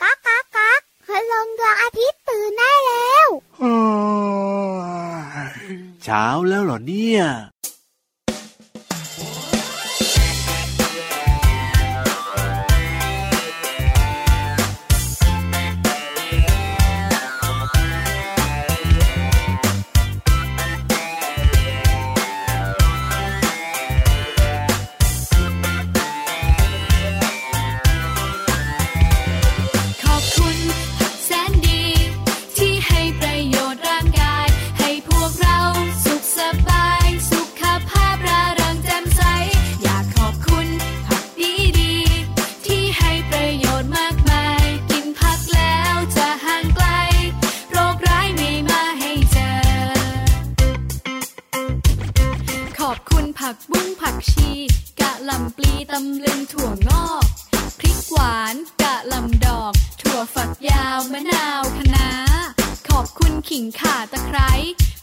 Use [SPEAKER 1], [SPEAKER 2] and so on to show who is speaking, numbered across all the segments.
[SPEAKER 1] ก๊ากก๊ากก๊ากพลงดวงอาทิตย์ตื่นได้แล้ว
[SPEAKER 2] เช้าแล้วเหรอเนี่ย
[SPEAKER 3] ขอบคุณแสนดี ที่ให้ประโยชน์ร่างกาย ให้พวกเราสุขสบาย สุขภาพร่าเริงแจ่มใส อยากขอบคุณผักดีๆที่ให้ประโยชน์มากมาย กินผักแล้วจะห่างไกล โรคร้ายไม่มาให้เจอ ขอบคุณผักบุ้งผักชี กะหล่ำปลีตำลึงถั่วงอก พริกหวานกะหล่ำดอก ถั่วฝักยาวมะนาวคะน้า ขอบคุณขิงข่าตะไคร้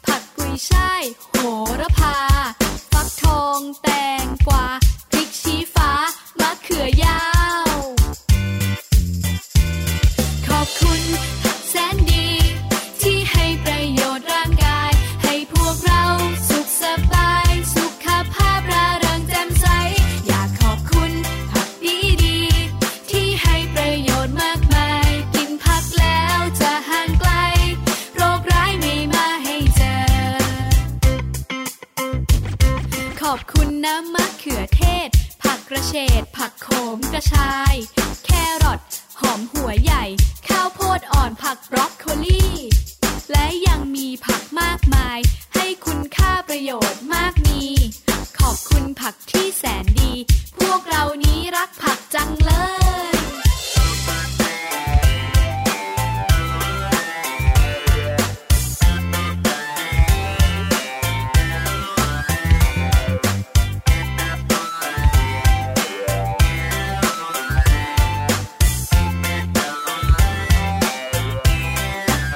[SPEAKER 3] ผักกุยช่ายโหระพา ฟักทองแตงกวาพริกชี้ฟ้ามะเขือยาว ขอบคุณแสนดี ที่ให้ประโยชน์ร่างกาย ให้พวกเราสุขสบาย สุขภาพร่าเริงแจ่มใส อยากขอบคุณผักดีๆที่ให้ประโยชน์มากมาย กินผักแล้วจะห่างไกล โรคร้ายไม่มาให้เจอ ขอบคุณน้ำมะเขือเทศ ผักกระเฉดผักโขมกระชาย แครอทหอมหัวใหญ่ ข้าวโพดอ่อนผักบรอกโคลีและยังมีผักมากมาย ให้คุณค่าประโยชน์มากมี ขอบคุณผักที่แสนดี พวกเรานี้รักผักจังเลย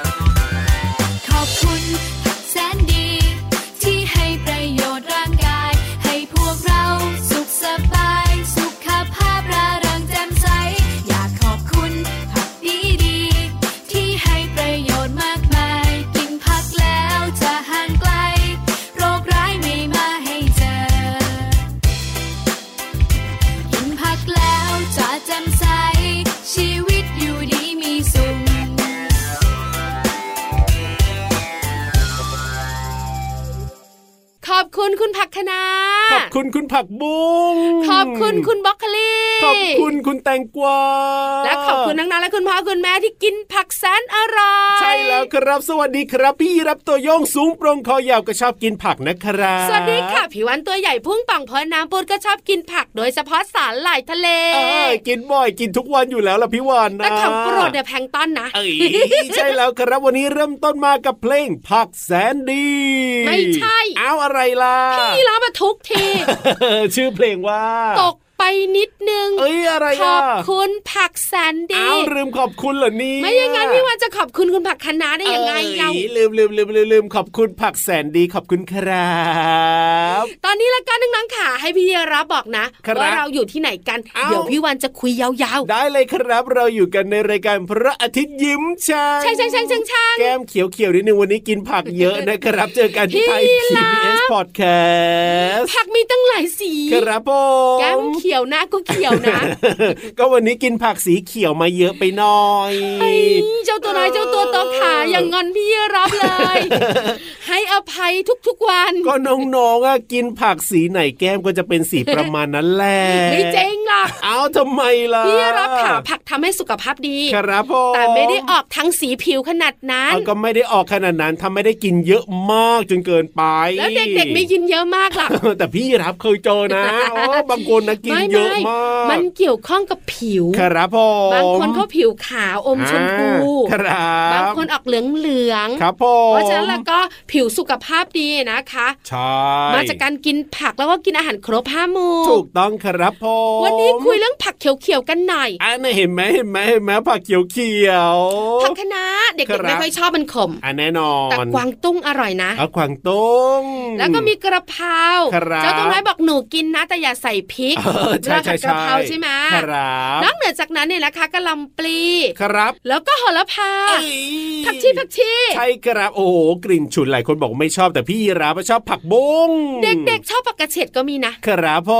[SPEAKER 3] ขอบคุณแสนดี ที่ให้ประโยชน์ร่างกาย ให้พวกเราสุขสบาย สุขภาพร่าเริงแจ่มใส อยากขอบคุณผักดีๆที่ให้ประโยชน์มากมาย กินผักแล้วจะห่างไกล โรคร้ายไม่มาให้เจอ กินผักแล้วจะแจ่มใส ชีวิตอยู่ดีมีสุข
[SPEAKER 4] ขอบคุณคุณผักคะนา
[SPEAKER 5] ขอบคุณคุณผักบุ้ง
[SPEAKER 4] ขอบคุณคุณบล็อกโคลี
[SPEAKER 5] ขอบคุณคุณแตงกวา
[SPEAKER 4] และขอบคุณนังนาและคุณพ่อคุณแม่ที่กินผักแสนอร่อย
[SPEAKER 5] ใช่แล้วครับ สวัสดีครับ พี่รับตัวโยงสูงโปรงคอยาวก็ชอบกินผักนะครับ
[SPEAKER 4] สวัสดีค่ะผิววันตัวใหญ่พุ่งปังพอน้ำปนก็ชอบกินผักโดยเฉพาะสาหร่ายทะเล
[SPEAKER 5] เออกินบ่อยกินทุกวันอยู่แล้วล่ะพี่วานนะ
[SPEAKER 4] แต่ของโปรดเนี่ยแพลงก์ต้อนนะ
[SPEAKER 5] เอ้ยใช่แล้วครับวันนี้เริ่มต้นมากับเพลงผักแสนดี
[SPEAKER 4] ไม่ใช่
[SPEAKER 5] เอาอะไรล่ะ
[SPEAKER 4] พี่รับมาทุกที
[SPEAKER 5] ชื่อเพลงว่า
[SPEAKER 4] ตกไปนิดนึง
[SPEAKER 5] เอ้ยอะไร
[SPEAKER 4] ข
[SPEAKER 5] อ่ะ
[SPEAKER 4] อบคุณผักแสนดี
[SPEAKER 5] เอาลืมขอบคุณเหรอเนี่ย
[SPEAKER 4] ไม่อย่างนั้นพี่วันจะขอบคุณคุณผักคะนาได้ยังไงเรา
[SPEAKER 5] อ้ลืมลืมลืมลืมลืมขอบคุณผักแสนดีขอบคุณครับ
[SPEAKER 4] ตอนนี้ละกันนังๆค่ะให้พี่เยรับบอกนะครับ ว่าเราอยู่ที่ไหนกัน
[SPEAKER 5] เอ้า
[SPEAKER 4] เดี๋ยวพี่วันจะคุยยาวๆ
[SPEAKER 5] ได้เลยครับเราอยู่กันในรายการพระอาทิตย์ยิ้มช่าง
[SPEAKER 4] ใช่ใช่ใช่ใช่ใช่
[SPEAKER 5] แก้มเขียวเขียวๆนิดนึงวันนี้กินผักเยอะนะครับ เจอกันที่ไทย
[SPEAKER 4] พี่รับ
[SPEAKER 5] PBS Podcast
[SPEAKER 4] ผักมีตั้งหลายสี
[SPEAKER 5] ครับผ
[SPEAKER 4] แก้ม
[SPEAKER 5] ม
[SPEAKER 4] เขียวหน้าก็เขียวนะ
[SPEAKER 5] ก็วันนี้กินผักสีเขียวมาเยอะไปหน่อย
[SPEAKER 4] ไอ้เจ้าตัวน้อยเจ้าตัวโตขาอย่างงอนพี่รับเลย ให้อภัยทุกๆวัน
[SPEAKER 5] ก็น้องๆอะกินผักสีไหนแก้มก็จะเป็นสีประมาณนั้นแหละ
[SPEAKER 4] ไม่เจ๊งหรอก
[SPEAKER 5] เอาทำไมล่ะ
[SPEAKER 4] พี่รับขาผักทำให้สุขภาพดี
[SPEAKER 5] ครับผม
[SPEAKER 4] แต่ไม่ได้ออกทั้งสีผิวขนาดนั้น
[SPEAKER 5] เอาก็ไม่ได้ออกขนาดนั้นทำไม่ได้กินเยอะมากจนเกินไป
[SPEAKER 4] แล้วเด็กๆไม่กินเยอะมากหรอก
[SPEAKER 5] แต่พี่รับเคยเจอ นะอ๋อบางคนนะกิน
[SPEAKER 4] ไม่
[SPEAKER 5] เยอะ
[SPEAKER 4] ไม่
[SPEAKER 5] มาก
[SPEAKER 4] มันเกี่ยวข้องกับผิว
[SPEAKER 5] ครับผม
[SPEAKER 4] บางคนเขาผิวขาวอมชมพู
[SPEAKER 5] อ่าครับ
[SPEAKER 4] บางคนออกเหลืองเหลืองๆ
[SPEAKER 5] ครับผม
[SPEAKER 4] เพราะฉะนั้นแล้วก็ผิวสุขภาพดีนะคะ
[SPEAKER 5] ใช่
[SPEAKER 4] มาจากการกินผักแล้วก็กินอาหารครบห้าหมู่
[SPEAKER 5] ถูกต้องครับผม
[SPEAKER 4] วันนี้คุยเรื่องผัก เขียวๆกันหน่อย
[SPEAKER 5] อันน่ะเห็นไหมเห็นไหมเห็นไหมผักเขียวเขียว
[SPEAKER 4] ผักคะน้าเด็
[SPEAKER 5] ครั
[SPEAKER 4] ก
[SPEAKER 5] บ
[SPEAKER 4] ๆไม่ค่อยชอบมันขม
[SPEAKER 5] อันแน่นอ
[SPEAKER 4] แต่
[SPEAKER 5] น
[SPEAKER 4] กวางตุ้งอร่อยนะ
[SPEAKER 5] เอากวางตุ้ง
[SPEAKER 4] แล้วก็มีกระเพรา
[SPEAKER 5] ครับ
[SPEAKER 4] เจ้าตัวน้อยบอกหนูกินนะ แต่อย่าใส่พริก
[SPEAKER 5] เออใช่
[SPEAKER 4] เราผัด
[SPEAKER 5] ใช่
[SPEAKER 4] กระเพรา
[SPEAKER 5] ใช่
[SPEAKER 4] ใช่ไหม
[SPEAKER 5] ครับ
[SPEAKER 4] นอกเหนือจากนั้นเนี่ยนะคะกะหล่ำปลี
[SPEAKER 5] ครับ
[SPEAKER 4] แล้วก็โหระพา
[SPEAKER 5] เอ้ย
[SPEAKER 4] ผักชีผักชี
[SPEAKER 5] ใช่ครับโอ้โหกลิ่นฉุนหลายคนบอกไม่ชอบแต่พี่ยีราฟชอบผักบุ้ง
[SPEAKER 4] เด็กๆชอบผักกระเฉดก็มีนะ
[SPEAKER 5] ครับผ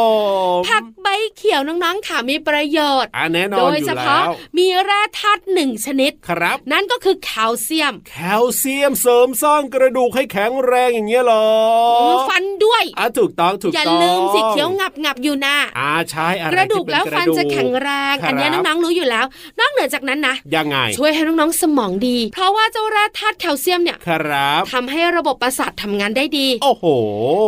[SPEAKER 5] ม
[SPEAKER 4] ผักใบเขียวน้องๆค่ะมีประโยชน์
[SPEAKER 5] อันแน่นอน
[SPEAKER 4] โดย
[SPEAKER 5] อ
[SPEAKER 4] เฉ
[SPEAKER 5] ยู่แล้
[SPEAKER 4] พาะ
[SPEAKER 5] ว
[SPEAKER 4] มีแร่ธาตุหนึ่งชนิด
[SPEAKER 5] ครับ
[SPEAKER 4] นั่นก็คือแคลเซียม
[SPEAKER 5] แคลเซียมเสริมสร้างกระดูกให้แข็งแรงอย่างเงี้ยเหรอ
[SPEAKER 4] ฟันด้วย
[SPEAKER 5] อ่ะถูกต้องถูก
[SPEAKER 4] อย่า
[SPEAKER 5] ต้อง
[SPEAKER 4] ลืมสิเคี้ยวงับงับๆอยู่นะ
[SPEAKER 5] อ่าใช่อะไร
[SPEAKER 4] กระดูก
[SPEAKER 5] ที่เป็น
[SPEAKER 4] แล้วฟัน
[SPEAKER 5] กรดูก
[SPEAKER 4] จะแข็งแรง
[SPEAKER 5] ครับ
[SPEAKER 4] อันเนี้ยน้องๆรู้อยู่แล้ว นอกเหนือจากนั้นนะ
[SPEAKER 5] ยังไง
[SPEAKER 4] ช่วยให้น้องๆสมองดี เพราะว่าเจ้าแร่ธาตุแคลเซียมเนี่ย
[SPEAKER 5] ครับ
[SPEAKER 4] ทำให้ระบบประสาททำงานได้ดี
[SPEAKER 5] โอ้โห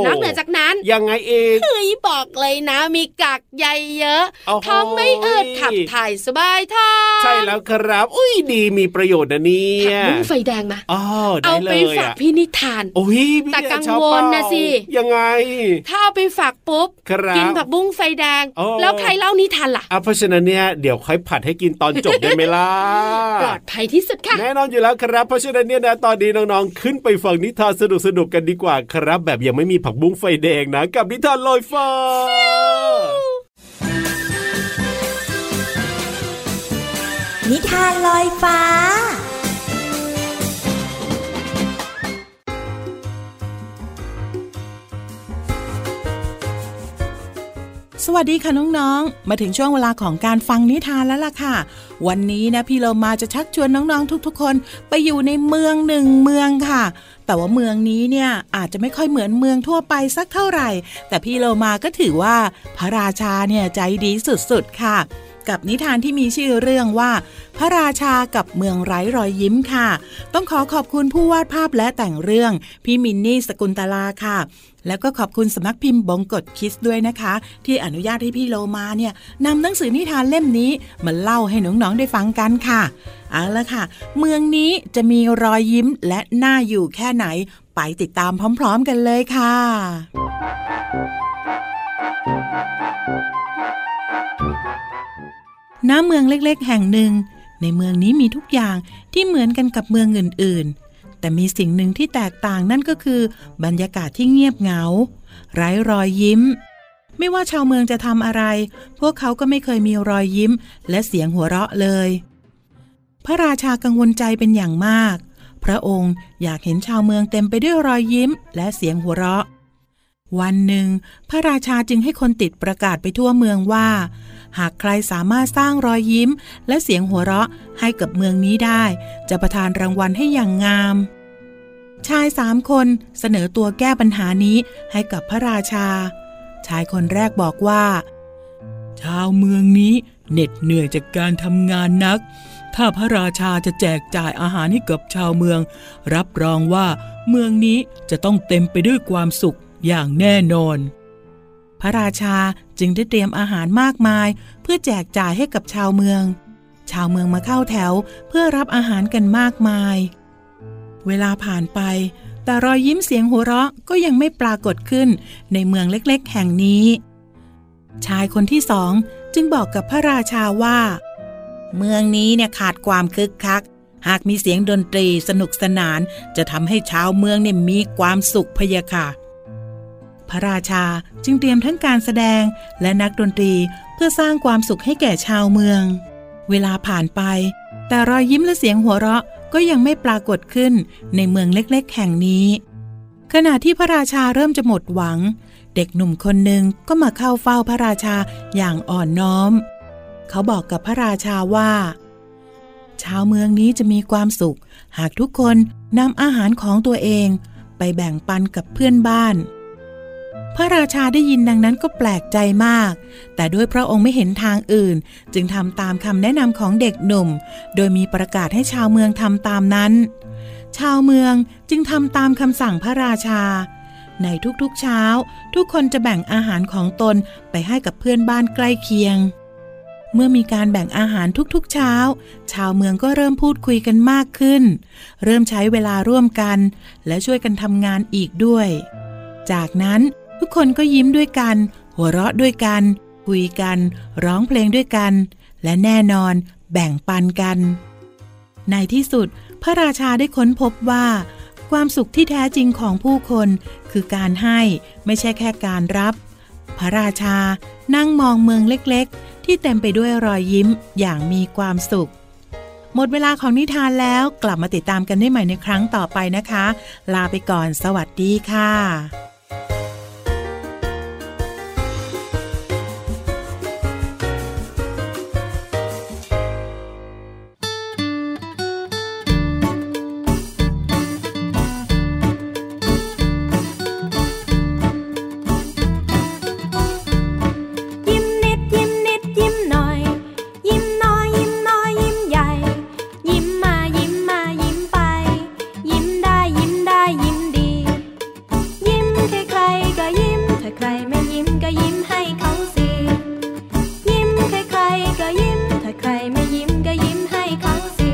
[SPEAKER 4] นอกเหนือจากนั้น
[SPEAKER 5] ยังไงเอง
[SPEAKER 4] เฮ้ยบอกเลยนะ มีกากใยเยอะ
[SPEAKER 5] โอ้โห
[SPEAKER 4] ท้องไม่อืดขับถ่ายสบายท้อง
[SPEAKER 5] ใช่แล้วครับ อุ้ยดีมีประโยชน์นะเนี่ย
[SPEAKER 4] ผักบุ้งไฟแดงมา
[SPEAKER 5] อ๋อได้
[SPEAKER 4] เอา
[SPEAKER 5] เล
[SPEAKER 4] ไป
[SPEAKER 5] ย
[SPEAKER 4] ฝาก
[SPEAKER 5] อ่ะ
[SPEAKER 4] พี่นิทาน
[SPEAKER 5] โอ้ยพี่
[SPEAKER 4] แต่กังวลนะสิ
[SPEAKER 5] ยังไง
[SPEAKER 4] ถ้าเอาไปฝากปุ๊บ
[SPEAKER 5] ครับ
[SPEAKER 4] กินผักบุ้งไฟแดง
[SPEAKER 5] โอ้
[SPEAKER 4] แล้วใครเล่านิทานล่ะ
[SPEAKER 5] อ่ะเพราะฉะนั้นเนี่ยเดี๋ยวค่อยผัดให้กินตอนจบได้ไหมล่ะ
[SPEAKER 4] ปลอดภัยที่สุดค่ะ
[SPEAKER 5] แน่นอนอยู่แล้วครับ เพราะฉะนั้นเนี่ยนะตอนนี้น้องๆ ขึ้นไปฟังนิทานสนุกๆ กันดีกว่าครับ แบบยังไม่มีผักบุ้งไฟแดงนะ กับนิทานลอยฟ้า
[SPEAKER 6] นิทานลอยฟ้า
[SPEAKER 7] สวัสดีค่ะน้องๆ มาถึงช่วงเวลาของการฟังนิทานแล้วล่ะค่ะ วันนี้นะพี่เรามาจะชักชวนน้องๆ ทุกๆ คนไปอยู่ในเมืองหนึ่งเมืองค่ะ แต่ว่าเมืองนี้เนี่ยอาจจะไม่ค่อยเหมือนเมืองทั่วไปสักเท่าไหร่ แต่พี่เรามาก็ถือว่าพระราชาเนี่ยใจดีสุดๆ ค่ะ กับนิทานที่มีชื่อเรื่องว่า พระราชากับเมืองไร้รอยยิ้มค่ะ ต้องขอขอบคุณผู้วาดภาพและแต่งเรื่อง พี่มินนี่สกุลตลาค่ะ แล้วก็ขอบคุณสำนักพิมพ์บงกฎคิสด้วยนะคะ ที่อนุญาตให้พี่โลมาเนี่ยนำหนังสือนิทานเล่มนี้มาเล่าให้น้องๆได้ฟังกันค่ะเอาละค่ะ เมืองนี้จะมีรอยยิ้มและน่าอยู่แค่ไหน ไปติดตามพร้อม ๆ กันเลยค่ะ ณเมืองเล็กๆ แห่งหนึ่ง ในเมืองนี้มีทุกอย่างที่เหมือนกันกับเมืองอื่นๆ แต่มีสิ่งหนึ่งที่แตกต่างนั่นก็คือบรรยากาศที่เงียบเหงา ไร้รอยยิ้ม ไม่ว่าชาวเมืองจะทำอะไร พวกเขาก็ไม่เคยมีรอยยิ้ม และเสียงหัวเราะเลย พระราชากังวลใจเป็นอย่างมาก พระองค์อยากเห็นชาวเมืองเต็มไปด้วยรอยยิ้ม และเสียงหัวเราะ วันหนึ่ง พระราชาจึงให้คนติดประกาศไปทั่วเมืองว่า หากใครสามารถสร้างรอยยิ้ม และเสียงหัวเราะให้กับเมืองนี้ได้ จะประทานรางวัลให้อย่างงาม ชายสามคนเสนอตัวแก้ปัญหานี้ให้กับพระราชา ชายคนแรกบอกว่า ชาวเมืองนี้เหน็ดเหนื่อยจากการทำงานนัก ถ้าพระราชาจะแจกจ่ายอาหารให้กับชาวเมือง รับรองว่าเมืองนี้จะต้องเต็มไปด้วยความสุขอย่างแน่นอน พระราชาจึงได้เตรียมอาหารมากมาย เพื่อแจกจ่ายให้กับชาวเมือง ชาวเมืองมาเข้าแถวเพื่อรับอาหารกันมากมาย เวลาผ่านไป แต่รอยยิ้มเสียงหัวเราะก็ยังไม่ปรากฏขึ้นในเมืองเล็กๆ แห่งนี้ ชายคนที่สองจึงบอกกับพระราชาว่า เมืองนี้เนี่ยขาดความคึกคัก หากมีเสียงดนตรีสนุกสนาน จะทำให้ชาวเมืองเนี่ยมีความสุขพะยะค่ะ พระราชาจึงเตรียมทั้งการแสดงและนักดนตรีเพื่อสร้างความสุขให้แก่ชาวเมือง เวลาผ่านไป แต่รอยยิ้มและเสียงหัวเราะก็ยังไม่ปรากฏขึ้นในเมืองเล็กๆ แห่งนี้ ขณะที่พระราชาเริ่มจะหมดหวัง เด็กหนุ่มคนหนึ่งก็มาเข้าเฝ้าพระราชาอย่างอ่อนน้อม เขาบอกกับพระราชาว่า ชาวเมืองนี้จะมีความสุข หากทุกคนนำอาหารของตัวเอง ไปแบ่งปันกับเพื่อนบ้าน พระราชาได้ยินดังนั้นก็แปลกใจมาก แต่ด้วยพระองค์ไม่เห็นทางอื่น จึงทำตามคำแนะนำของเด็กหนุ่ม โดยมีประกาศให้ชาวเมืองทำตามนั้น ชาวเมืองจึงทำตามคำสั่งพระราชา ในทุกๆเช้า ทุกคนจะแบ่งอาหารของตนไปให้กับเพื่อนบ้านใกล้เคียง เมื่อมีการแบ่งอาหารทุกๆเช้า ชาวเมืองก็เริ่มพูดคุยกันมากขึ้น เริ่มใช้เวลาร่วมกัน และช่วยกันทำงานอีกด้วย จากนั้นทุกคนก็ยิ้มด้วยกัน หัวเราะด้วยกัน คุยกัน ร้องเพลงด้วยกัน และแน่นอนแบ่งปันกัน ในที่สุด พระราชาได้ค้นพบว่า ความสุขที่แท้จริงของผู้คนคือการให้ไม่ใช่แค่การรับ พระราชานั่งมองเมืองเล็กๆ ที่เต็มไปด้วยรอยยิ้มอย่างมีความสุข หมดเวลาของนิทานแล้วกลับมาติดตามกันได้ใหม่ในครั้งต่อไปนะคะ ลาไปก่อนสวัสดีค่ะ
[SPEAKER 8] ยิ้มนิดยิ้มนิดยิ้มหน่อย ยิ้มน้อยยิ้มน้อยยิ้มใหญ่ ยิ้มมายิ้มมายิ้มไป ยิ้มได้ยิ้มได้ยิ้มดี ยิ้มใครใครๆก็ยิ้มถ้าใครไม่ยิ้มก็ยิ้มให้เขาสิยิ้มใครใครๆก็ยิ้มถ้าใครไม่ยิ้มก็ยิ้มให้เขาสิ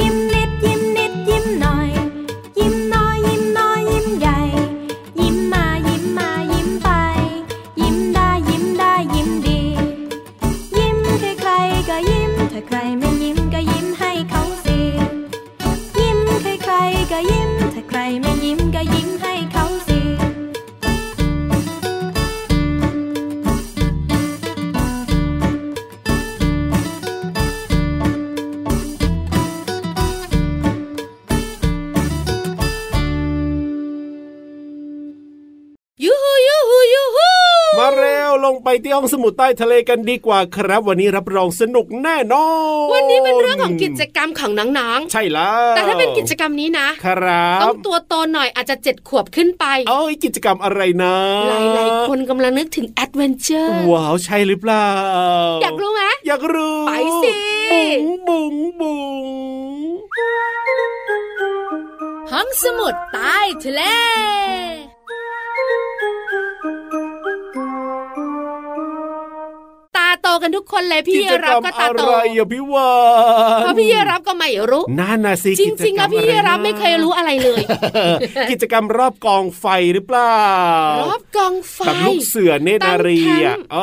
[SPEAKER 8] ยิ้มนิดยิ้มนิดยิ้มหน่อย ยิ้มน้อยยิ้มน้อยยิ้มใหญ่ ยิ้มมายิ้มมายิ้มไป ยิ้มได้ยิ้มได้ยิ้มดี ยิ้มใครใครๆก็ยิ้มถ้าใครไม่ยิ้มก็ยิ้มให้เขาสิยิ้มใครใครๆก็ยิ้มถ้าใครไม่ยิ้มก็ยิ้มให้เขาสิ
[SPEAKER 4] ยูฮูยูฮูยูฮู
[SPEAKER 5] มาเร็วลงไปที่ห้องสมุดใต้ทะเลกันดีกว่าครับ วันนี้รับรองสนุกแน่นอน
[SPEAKER 4] วันนี้เป็นเรื่องของกิจกรรมของน้อง
[SPEAKER 5] ใช่แล้ว
[SPEAKER 4] ๆ แต่ถ้าเป็นกิจกรรมนี้นะ
[SPEAKER 5] ครับ
[SPEAKER 4] ต้องตัวโตหน่อยอาจจะเจ็ดขวบขึ้นไป
[SPEAKER 5] เอ้ยกิจกรรมอะไรนะ
[SPEAKER 4] หลาย ๆ คนกำลังนึกถึงแอดเวนเจอร์
[SPEAKER 5] ว้าวใช่หรือเปล่า
[SPEAKER 4] อยากรู้ไหม
[SPEAKER 5] อยากรู้
[SPEAKER 4] ไปสิ
[SPEAKER 5] บุ๋งบุ๋งบุ๋ง
[SPEAKER 3] ห้องสมุดใต้ทะเล
[SPEAKER 4] ตาโตกันทุกคนเลยพี่
[SPEAKER 5] กิ
[SPEAKER 4] เย
[SPEAKER 5] จก
[SPEAKER 4] รั
[SPEAKER 5] ร
[SPEAKER 4] บ
[SPEAKER 5] รม
[SPEAKER 4] ก็ตา
[SPEAKER 5] อะ
[SPEAKER 4] โต
[SPEAKER 5] ไรอย่าพี่วาน
[SPEAKER 4] เพราะพี่เยรับก็ไม่รู้
[SPEAKER 5] น่าน่ะสิ
[SPEAKER 4] จริงๆแล้วพี่เยรับ
[SPEAKER 5] อะนะ
[SPEAKER 4] ไม่เคยรู้อะไรเลย
[SPEAKER 5] เออ กิจกรรมรอบกองไฟหรือเปล่าร
[SPEAKER 4] อบกองไฟ
[SPEAKER 5] แบบลูกเสือเนตรนารีอ่ะ
[SPEAKER 4] ตั้งแคมป์
[SPEAKER 5] เอ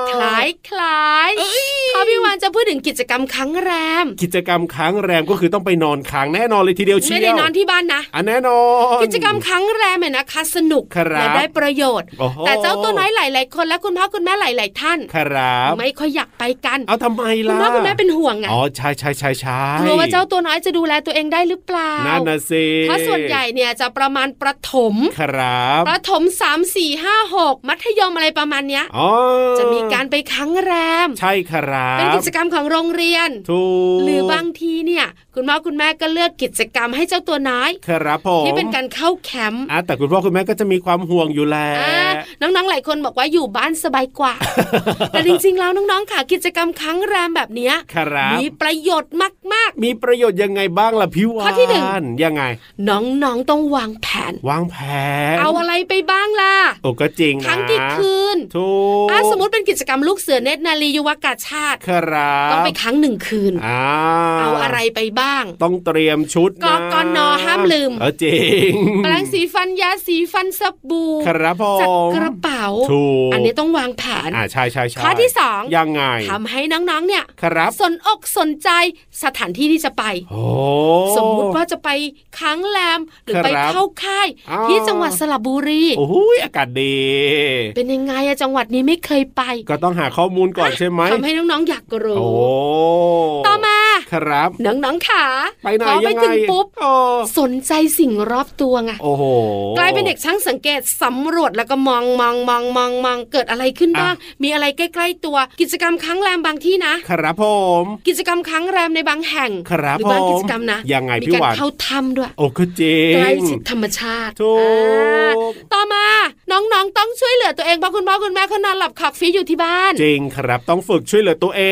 [SPEAKER 5] อ
[SPEAKER 4] คล้ายคล้ายๆเพราะพี่วานจะพูดถึงกิจกรรมครั้งแรม
[SPEAKER 5] กิจกรรมค้างแรมก็คือต้องไปนอนค้างแน่นอนเลยทีเดียวเชียว
[SPEAKER 4] ไม่ได้นอนที่บ้านนะ
[SPEAKER 5] อ่ะแน่นอน
[SPEAKER 4] กิจกรรมครั้งแรมเนี่ยนะคะสนุก
[SPEAKER 5] ครับ
[SPEAKER 4] และได้ประโยชน์
[SPEAKER 5] โอ้โห
[SPEAKER 4] แต่เจ้าตัวน้อยหลาย ๆ คนและคุณพ่อคุณแม่หลาย ๆ ท่าน
[SPEAKER 5] ครับ
[SPEAKER 4] ไม่ค่อยอยากไปกัน
[SPEAKER 5] เอาทำไม
[SPEAKER 4] คุ
[SPEAKER 5] ล่ะ
[SPEAKER 4] ณพ่อคุณแม่เป็นห่วงไง
[SPEAKER 5] อ๋อใช่ใช่ใช่ใช่
[SPEAKER 4] กลัวว่าเจ้าตัวน้อยจะดูแลตัวเองได้หรือเปล่า
[SPEAKER 5] นั่นนะสิ
[SPEAKER 4] ถ้าส่วนใหญ่เนี่ยจะประมาณประถม
[SPEAKER 5] ครับ
[SPEAKER 4] ประถมสามสี่ห้าหกมัธยมอะไรประมาณเนี้ย
[SPEAKER 5] อ๋อ
[SPEAKER 4] จะมีการไปครั้งแรม
[SPEAKER 5] ใช่ครับ
[SPEAKER 4] เป็นกิจกรรมของโรงเรียน
[SPEAKER 5] ถูก
[SPEAKER 4] หรือบางทีเนี่ย คุณพ่อคุณแม่ก็เลือกกิจกรรมให้เจ้าตัวน้อย
[SPEAKER 5] ครับผม
[SPEAKER 4] ที่เป็นการเข้าแคมป์
[SPEAKER 5] อ่ะแต่คุณพ่อคุณแม่ก็จะมีความห่วงอยู่แหล้ว
[SPEAKER 4] อ่าน้องๆหลายคนบอกว่าอยู่บ้านสบายกว่า แต่จริงๆแล้วน้องๆค่ะกิจกรรมครั้งแรมแบบเนี้ย
[SPEAKER 5] ครับ
[SPEAKER 4] มีประโยชน์มาก
[SPEAKER 5] มีประโยชน์ยังไงบ้างล่ะพี่วาน
[SPEAKER 4] ข้อที่หนึ่ง
[SPEAKER 5] ยังไง
[SPEAKER 4] ๆ น้องๆต้องวางแผน
[SPEAKER 5] วางแผน
[SPEAKER 4] เอาอะไรไปบ้างล่ะ
[SPEAKER 5] โอ้ก็จริงนะ
[SPEAKER 4] ครั้งกี่คืน
[SPEAKER 5] ถูก
[SPEAKER 4] อ่าสมมติเป็นกิจกรรมลูกเสือเนตรนารียุวกาชาติ
[SPEAKER 5] ครับ
[SPEAKER 4] ต้องไปครั้งหนึ่งคืน
[SPEAKER 5] อ่า
[SPEAKER 4] เอาอะไรไปบ้าง
[SPEAKER 5] ต้องเตรียมชุด
[SPEAKER 4] ก
[SPEAKER 5] นะ
[SPEAKER 4] กนห้ามลืม
[SPEAKER 5] เออจริง
[SPEAKER 4] แปรงสีฟันยาสีฟันสบู่
[SPEAKER 5] ครับผ
[SPEAKER 4] จัด
[SPEAKER 5] ม
[SPEAKER 4] กระเป๋า
[SPEAKER 5] ถูก
[SPEAKER 4] อันนี้ต้องวางแผน
[SPEAKER 5] อ่าใช่ใช่ใช่
[SPEAKER 4] ข้อที่สอง
[SPEAKER 5] ยังไง
[SPEAKER 4] ทำให้น้องๆ เนี่ย
[SPEAKER 5] ครับ
[SPEAKER 4] สนอกสนใจสถานที่ที่จะไป
[SPEAKER 5] โอ้
[SPEAKER 4] สมมุติว่าจะไปค้างแรมหรือ
[SPEAKER 5] ครับ
[SPEAKER 4] ไปเข้าค่าย
[SPEAKER 5] อ๋อ
[SPEAKER 4] ที่จังหวัดสระบุรี
[SPEAKER 5] โอ้โหอากาศดี
[SPEAKER 4] เป็นยังไงอะจังหวัดนี้ไม่เคยไป
[SPEAKER 5] ก็ต้องหาข้อมูลก่อนใช่ไหม
[SPEAKER 4] ทำให้น้องๆ อยากรู้
[SPEAKER 5] โอ้
[SPEAKER 4] ต่อมา
[SPEAKER 5] ครับ
[SPEAKER 4] น้องๆขา
[SPEAKER 5] ไปไหน
[SPEAKER 4] พอไป
[SPEAKER 5] ยังไง
[SPEAKER 4] ถึงปุ๊บ
[SPEAKER 5] โอ้
[SPEAKER 4] สนใจสิ่งรอบตัวไง
[SPEAKER 5] โอ้โห
[SPEAKER 4] กลายเป็นเด็กช่างสังเกตสำรวจแล้วก็มองมองมองมองมองเกิดอะไรขึ้นบ้าง มีอะไรใกล้ ๆ ตัว กิจกรรมค้างแรมบางที่นะ
[SPEAKER 5] ครับผม
[SPEAKER 4] กิจกรรมค้างแรมในบางแห่ง
[SPEAKER 5] ครับ
[SPEAKER 4] หรือบาง
[SPEAKER 5] ผม
[SPEAKER 4] กิจกรรมนะ
[SPEAKER 5] ยังไง
[SPEAKER 4] มี
[SPEAKER 5] พี่
[SPEAKER 4] กา
[SPEAKER 5] ห
[SPEAKER 4] ร
[SPEAKER 5] วาน
[SPEAKER 4] เข้าถ้ำด้วย
[SPEAKER 5] โอ้ก็จริง
[SPEAKER 4] ใกล้ชิดธรรมชาติ
[SPEAKER 5] ถูก
[SPEAKER 4] อ่าต่อมาน้องๆต้องช่วยเหลือตัวเองเพราะคุณพ่อคุณแม่เขานอนหลับขับฟีอยู่ที่บ้าน
[SPEAKER 5] จริงครับต้องฝึกช่วยเหลือตัวเอ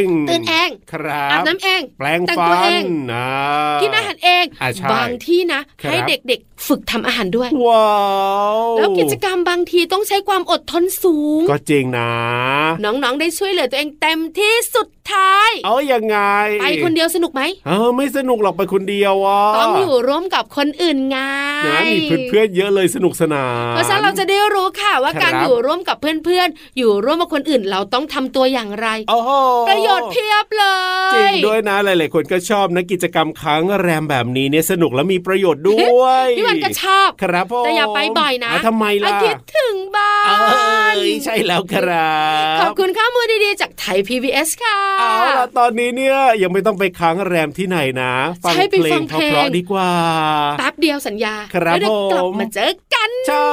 [SPEAKER 5] ง
[SPEAKER 4] ตื่นเอง
[SPEAKER 5] ครับ
[SPEAKER 4] อาบน้ำเอง
[SPEAKER 5] แปลง
[SPEAKER 4] แต่ง
[SPEAKER 5] ฟั
[SPEAKER 4] ตัวเอน ง
[SPEAKER 5] นะ
[SPEAKER 4] กินอาหารเอง
[SPEAKER 5] อ่าใช่
[SPEAKER 4] บางที่นะ
[SPEAKER 5] ครับ
[SPEAKER 4] ให้เด็กๆ
[SPEAKER 9] ฝึกทำอาหารด้วย
[SPEAKER 5] ว้าว
[SPEAKER 9] แล้วกิจกรรมบางทีต้องใช้ความอดทนสูง
[SPEAKER 5] ก็จริงนะ
[SPEAKER 9] น้องๆ ได้ช่วยเหลือตัวเองเต็มที่สุดท้าย
[SPEAKER 5] เอายังไง
[SPEAKER 9] ไปคนเดียวสนุกไหม
[SPEAKER 5] เออไม่สนุกหรอกไปคนเดียวอ่ะ
[SPEAKER 9] ต้องอยู่ร่วมกับคนอื่นไง
[SPEAKER 5] นะมีเพื่อนๆเยอะเลยสนุกสนาน
[SPEAKER 9] เพราะฉะนั้นเราจะได้รู้ค่ะว่าการ
[SPEAKER 5] ครับ
[SPEAKER 9] อยู่ร่วมกับเพื่อนๆ อยู่ร่วมกับคนอื่นเราต้องทำตัวอย่างไร
[SPEAKER 5] โอ้โห
[SPEAKER 9] ประโยชน์เพียบเลย
[SPEAKER 5] จริงด้วยนะหลายๆคนก็ชอบนะกิจกรรมค้างแรมแบบนี้เนี่ยสนุกและมีประโยชน์ด้วย
[SPEAKER 9] พี่วันก็ชอบ
[SPEAKER 5] ครับผม
[SPEAKER 9] แต่อย่าไปบ่อยนะ
[SPEAKER 5] าทำไมล่ะ
[SPEAKER 9] อ่คิดถึงบ้า
[SPEAKER 5] เอน ้ยใช่แล้วครับ
[SPEAKER 9] ขอบคุณข้อมูลดีๆ จากไทย PBS ค่ะ
[SPEAKER 5] เอาล่ะตอนนี้เนี่ยยังไม่ต้องไปค้างแรมที่ไหนนะฟัง
[SPEAKER 9] ใช่ไป
[SPEAKER 5] เพล
[SPEAKER 9] ฟั
[SPEAKER 5] ง
[SPEAKER 9] ง
[SPEAKER 5] เ
[SPEAKER 9] เพลง
[SPEAKER 5] พราะๆดีกว่า
[SPEAKER 9] แป๊บเดียวสัญญา
[SPEAKER 5] ครับ
[SPEAKER 9] แล้วเดี๋ยวกลับ
[SPEAKER 5] ผม
[SPEAKER 9] มาเจอกัน
[SPEAKER 5] ใช่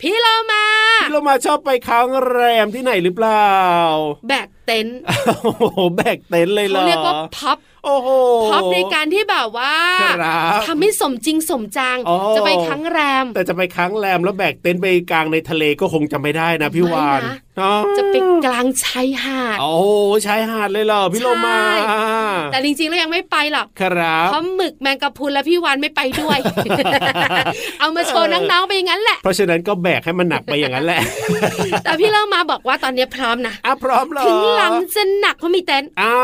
[SPEAKER 9] พี่เรามา
[SPEAKER 5] พี่เรามาชอบไปค้างแรมที่ไหนหรือเปล่า
[SPEAKER 9] แบกเต็นท์
[SPEAKER 5] โอ้โหแบกเต็นท์เลยเหร
[SPEAKER 9] เขา
[SPEAKER 5] อ
[SPEAKER 9] เรียกว่าพับ
[SPEAKER 5] โอ้โห
[SPEAKER 9] พับในการที่แบบว่า
[SPEAKER 5] ครับ
[SPEAKER 9] ทำให้สมจริงสมจัง
[SPEAKER 5] อ๋อ
[SPEAKER 9] จะไปครั้งแรม
[SPEAKER 5] แต่จะไปค้างแรมแล้วแบกเต็นท์ไปกลางในทะเลก็คงจะไม่ได้นะพี่วาน
[SPEAKER 9] ไม่นะ
[SPEAKER 5] อ๋อ
[SPEAKER 9] จะไปกลางชายหาด
[SPEAKER 5] โอ้โหชายหาดเลยเหรอพี่โลมา
[SPEAKER 9] ใช่ แต่จริงๆแล้วยังไม่ไปหรอก
[SPEAKER 5] ครับ
[SPEAKER 9] เพราะหมึกแมงกะพรุนและพี่วานไม่ไปด้วย เอามาโชว์น้องๆไปอย่างนั้นแหละ
[SPEAKER 5] เพราะฉะนั้นก็แบกให้มันหนักไปอย่างนั้นแหละ
[SPEAKER 9] แต่พี่เล่ามาบอกว่าตอนนี้พร้อมนะ
[SPEAKER 5] อ่ะพร้อมเหรอ
[SPEAKER 9] ถึงหลังจะหนักเพราะมีเต็นท์
[SPEAKER 5] อ่า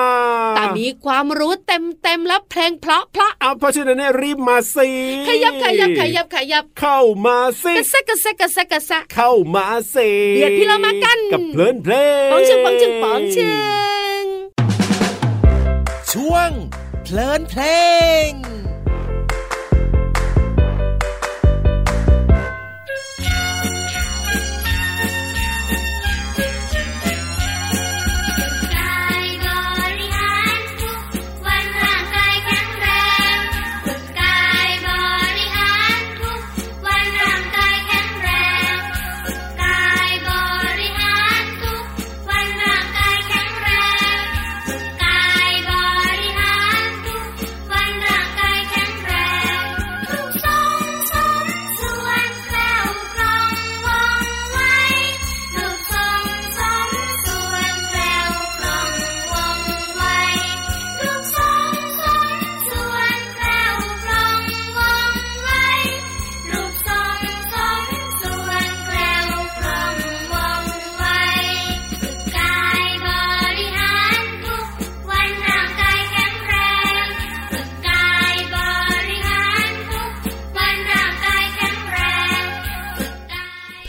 [SPEAKER 9] แต่มีความรู้เต็มๆและเพลงเพราะเพราะ
[SPEAKER 5] เอาเพราะฉะนั้นเนี่ยรีบมาสิ
[SPEAKER 9] ๆขยับขยับขยับขยับ
[SPEAKER 5] เข้ามาสิ
[SPEAKER 9] กระแซกกระแซกกระแซกกระแซะ
[SPEAKER 5] เข้ามาสิ
[SPEAKER 9] เบียดพี่เรามากัน
[SPEAKER 5] กับเพลินเพลง
[SPEAKER 9] ปองชิงปองชิงปองชิง
[SPEAKER 4] ช่วงเพลินเพลง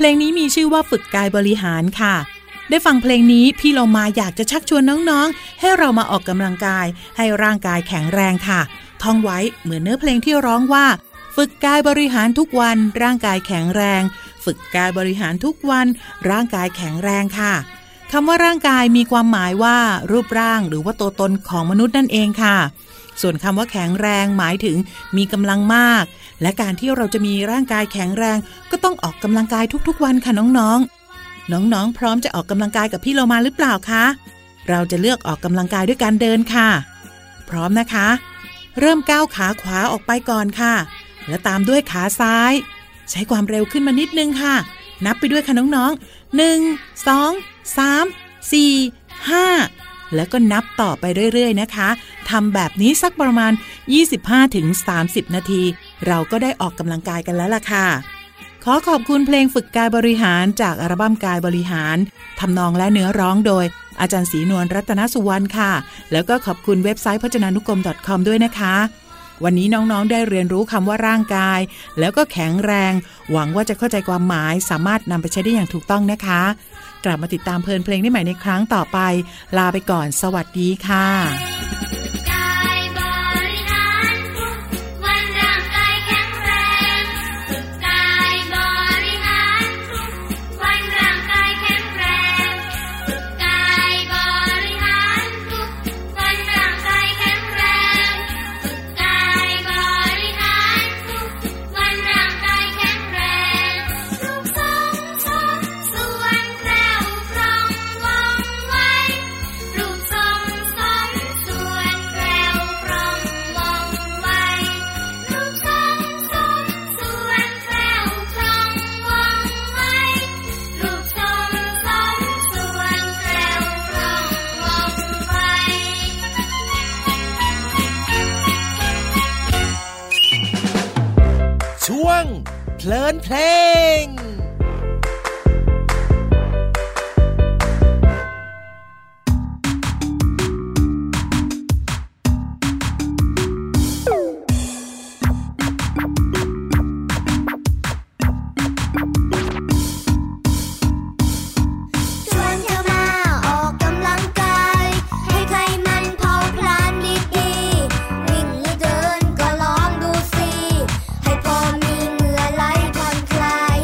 [SPEAKER 7] ลงนี้มีชื่อว่าฝึกกายบริหารค่ะ ได้ฟังเพลงนี้พี่เรามาอยากจะชักชวนน้องๆ ให้เรามาออกกำลังกาย ให้ร่างกายแข็งแรงค่ะ ท่องไว้เหมือนเนื้อเพลงที่ร้องว่า ฝึกกายบริหารทุกวันร่างกายแข็งแรง ฝึกกายบริหารทุกวัน ร่างกายแข็งแรงค่ะคำว่าร่างกายมีความหมายว่า รูปร่างหรือว่าตัวตนของมนุษย์นั่นเองค่ะ ส่วนคำว่าแข็งแรงหมายถึงมีกำลังมาก และการที่เราจะมีร่างกายแข็งแรง ก็ต้องออกกำลังกายทุกๆวันค่ะน้องๆ น้องๆ พร้อมจะออกกำลังกายกับพี่เรามาหรือเปล่าคะเราจะเลือกออกกำลังกายด้วยการเดินค่ะ พร้อมนะคะ เริ่มก้าวขาขวาออกไปก่อนค่ะ แล้วตามด้วยขาซ้าย ใช้ความเร็วขึ้นมานิดนึงค่ะ นับไปด้วยค่ะน้องๆหนึ่งสองสามสี่ห้าแล้วก็นับต่อไปเรื่อยๆนะคะทำแบบนี้สักประมาณ 25-30 นาที เราก็ได้ออกกำลังกายกันแล้วล่ะค่ะ ขอขอบคุณเพลงฝึกกายบริหารจากอัลบั้มกายบริหารทำนองและเนื้อร้องโดย อาจารย์ศรีนวลรัตนสุวรรณค่ะ แล้วก็ขอบคุณเว็บไซต์พจนานุกรม .com ด้วยนะคะ วันนี้น้องๆ ได้เรียนรู้คำว่าร่างกาย แล้วก็แข็งแรง หวังว่าจะเข้าใจความหมายสามารถนำไปใช้ได้อย่างถูกต้องนะคะ กลับมาติดตามเพลินเพลงได้ใหม่ในครั้งต่อไป ลาไปก่อน สวัสดีค่ะ
[SPEAKER 8] กายบริหารทุกวันร่างกายแข็งแรงฝึกกายบริหารทุกวันร่างกายแข็งแรงฝึกกายบริหารทุกวันร่างกายแข็งแรงฝึกกายบริหารทุกวันร่างกายแข็งแรงรูปทรงสมส่วนแคล้วคล่องว่องไว รูปทรงสมส่วนแคล้วคล่องว่องไว รูปทรงสมส่วนแคล้วคล่องว่องไว รูปทรงสมส่วนแคล้วคล่องว่องไว
[SPEAKER 2] ช่วง เพลินเพลง
[SPEAKER 1] ชวนเธอมาออกกำลังกาย ให้ใครมันเผาพลานดีๆวิ่งหรือเดินก็ลองดูสิ ให้พอมีเหงื่อไหลผ่อนคลาย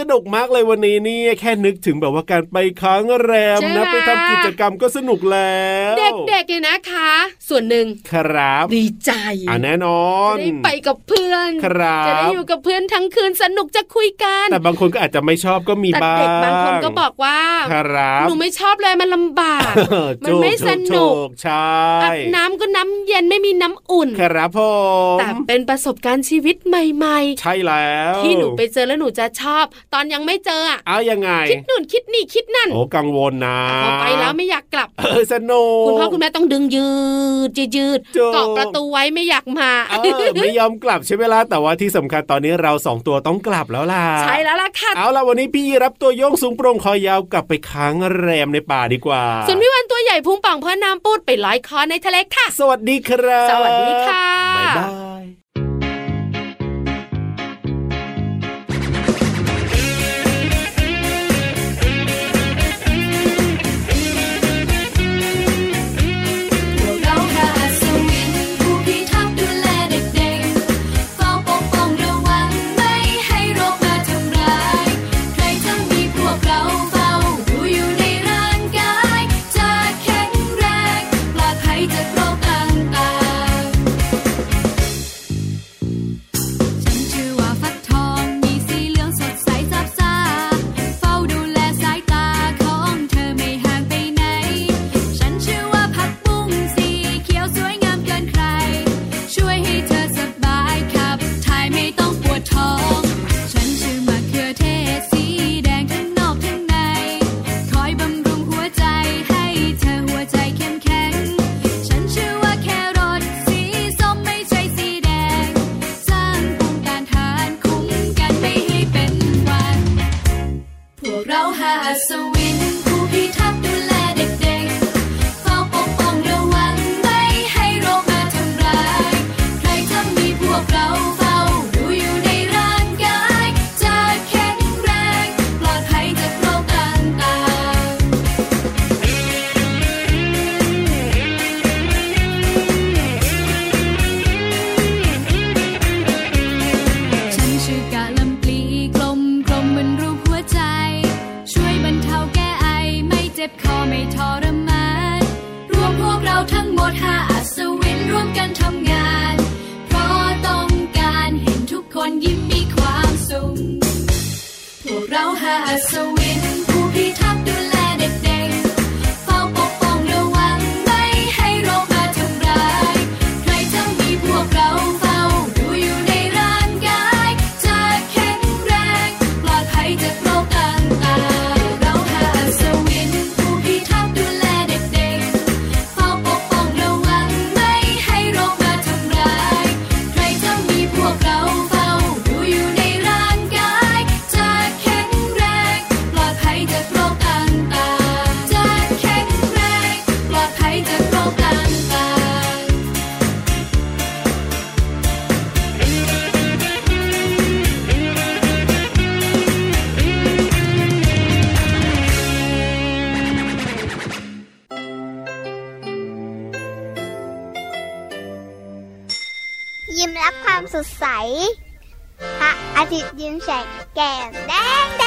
[SPEAKER 5] สนุกมากเลยวันนี้เนี่ยแค่นึกถึงแบบว่าการไปค้างแรม
[SPEAKER 4] ใช่
[SPEAKER 5] นะ
[SPEAKER 4] ไหม
[SPEAKER 5] ไปทำกิจกรรมก็สนุกแล้ว
[SPEAKER 4] เด็กๆเนี่ยนะคะ ส่วนหนึ่ง
[SPEAKER 5] ครับ
[SPEAKER 4] ดีใจ
[SPEAKER 5] อ่าแน่นอน
[SPEAKER 4] จะได้ไปกับเพื่อน
[SPEAKER 5] ครับ
[SPEAKER 4] จะได้อยู่กับเพื่อนทั้งคืนสนุกจะคุยกัน
[SPEAKER 5] แต่บางคนก็อาจจะไม่ชอบก็มี
[SPEAKER 4] แต่
[SPEAKER 5] บ้าง
[SPEAKER 4] เด็กบางคนก็บอกว่า
[SPEAKER 5] ครับ
[SPEAKER 4] หนูไม่ชอบเลยมันลำบาก มันไม่
[SPEAKER 5] ถูก
[SPEAKER 4] ส
[SPEAKER 5] ถู
[SPEAKER 4] นุก
[SPEAKER 5] กใช่
[SPEAKER 4] อาบน้ำก็น้ำเย็นไม่มีน้ำอุ่น
[SPEAKER 5] ครับผม
[SPEAKER 4] แต่เป็นประสบการณ์ชีวิตใหม่
[SPEAKER 5] ใช่แล้ว
[SPEAKER 4] ๆ ที่หนูไปเจอแล้วหนูจะชอบ ตอนยังไม่เจออะ
[SPEAKER 5] เอายังไง
[SPEAKER 4] คิดนู่นคิดนี่คิดนั่น
[SPEAKER 5] โอ้กังวลนะ
[SPEAKER 4] แต่พอไปแล้วไม่อยากกลับ
[SPEAKER 5] เออสนุก
[SPEAKER 4] คุณพ่อคุณแม่ต้องดึงยืดยืด
[SPEAKER 5] โจ้
[SPEAKER 4] เกาะประตูไว้ไม่อยากมา
[SPEAKER 5] เออไม่ยอมกลับใช่ไหมล่ะแต่ว่าที่สำคัญตอนนี้เราสองตัวต้องกลับแล้วล่ะ
[SPEAKER 4] ใช่แล้วล่ะค่ะ
[SPEAKER 5] เอาล่ะวันนี้พี่รับตัวโยงสูงโปร่งคอยาวกลับไปค้างแรมในป่าดีกว่า
[SPEAKER 4] ส่วนพี่วันตัวใหญ่พุงป่องเพราะน้ำปูดไปลอยคอในทะเลค่ะ
[SPEAKER 5] สวัสดีครับ
[SPEAKER 4] สวัสดีค่ะ
[SPEAKER 5] บ๊ายบาย
[SPEAKER 3] พวกเราพระอัศวินผู้พิทักษ์ดูแลเด็กๆเฝ้าปกป้องระวังไม่ให้โรคมาทำร้าย ใครทั้งมีพวกเราเฝ้าดูอยู่ในร่างกาย จะแข็งแรงปลอดภัยจากโรคต่างๆ ฉันชื่อว่าฟักทอง มีสีเหลืองสดใสซับซ่า เฝ้าดูแลสายตาของเธอไม่ห่างไปไหน ฉันชื่อว่าผักบุ้งสีเขียวสวยงามเกินใคร ช่วยให้เธอสบายขับถ่ายไม่ต้องปวดท้อง ฉันชื่อมะเขือเทศสีแดงทั้งนอกทั้งใน คอยบำรุงหัวใจให้เธอหัวใจเข้มแข็ง ฉันชื่อว่าแครอทสีส้มไม่ใช่สีแดง สร้างภูมิต้านทานคุ้มกันไม่ให้เป็นหวัด พวกเราหาอัศวิน ผู้พิทักษ์ดูแลเด็กๆเฝ้าปกป้องระวังไม่ให้โรคมาทำร้าย ใครทำมีพวกเราเฝ้าดูอยู่ในร่างกาย จะแข็งแรงปลอดภัยจากโรคต่างๆ ฉันชื่อกะลำปลีกลมกลมเหมือนรูปหัวใจ ช่วยบรรเทาแก้ไอไม่เจ็บคอไม่ทรมานรวมพวกเราทั้งหมดห้าอัศวินร่วมกันทำงาน เพราะต้องการเห็นทุกคนยิ้มมีความสุข พวกเราหาอัศวิน ผู้พิทักษ์ดูแลเด็กๆเฝ้าปกป้องระวังไม่ให้โรคมาทำร้าย ใครจะมีพวกเราเฝ้าดูอยู่ในร่างกาย จะแข็งแรงปลอดภัยจากโรคต่างๆ เราหาอัศวิน ผู้พิทักษ์ดูแลเด็กๆเฝ้าปกป้องระวังไม่ให้โรคมาทำร้าย ใครจะมีพวกเราเฝ้าดูอยู่ในร่างกาย จะแข็งแรงปลอดภัยจากโรคต่างๆ จะแข็งแรงปลอดภัยจากโรคต่างๆ
[SPEAKER 1] ยิ้มรับความสดใส พระอาทิตย์ยิ้มแฉกแก้มแดงแด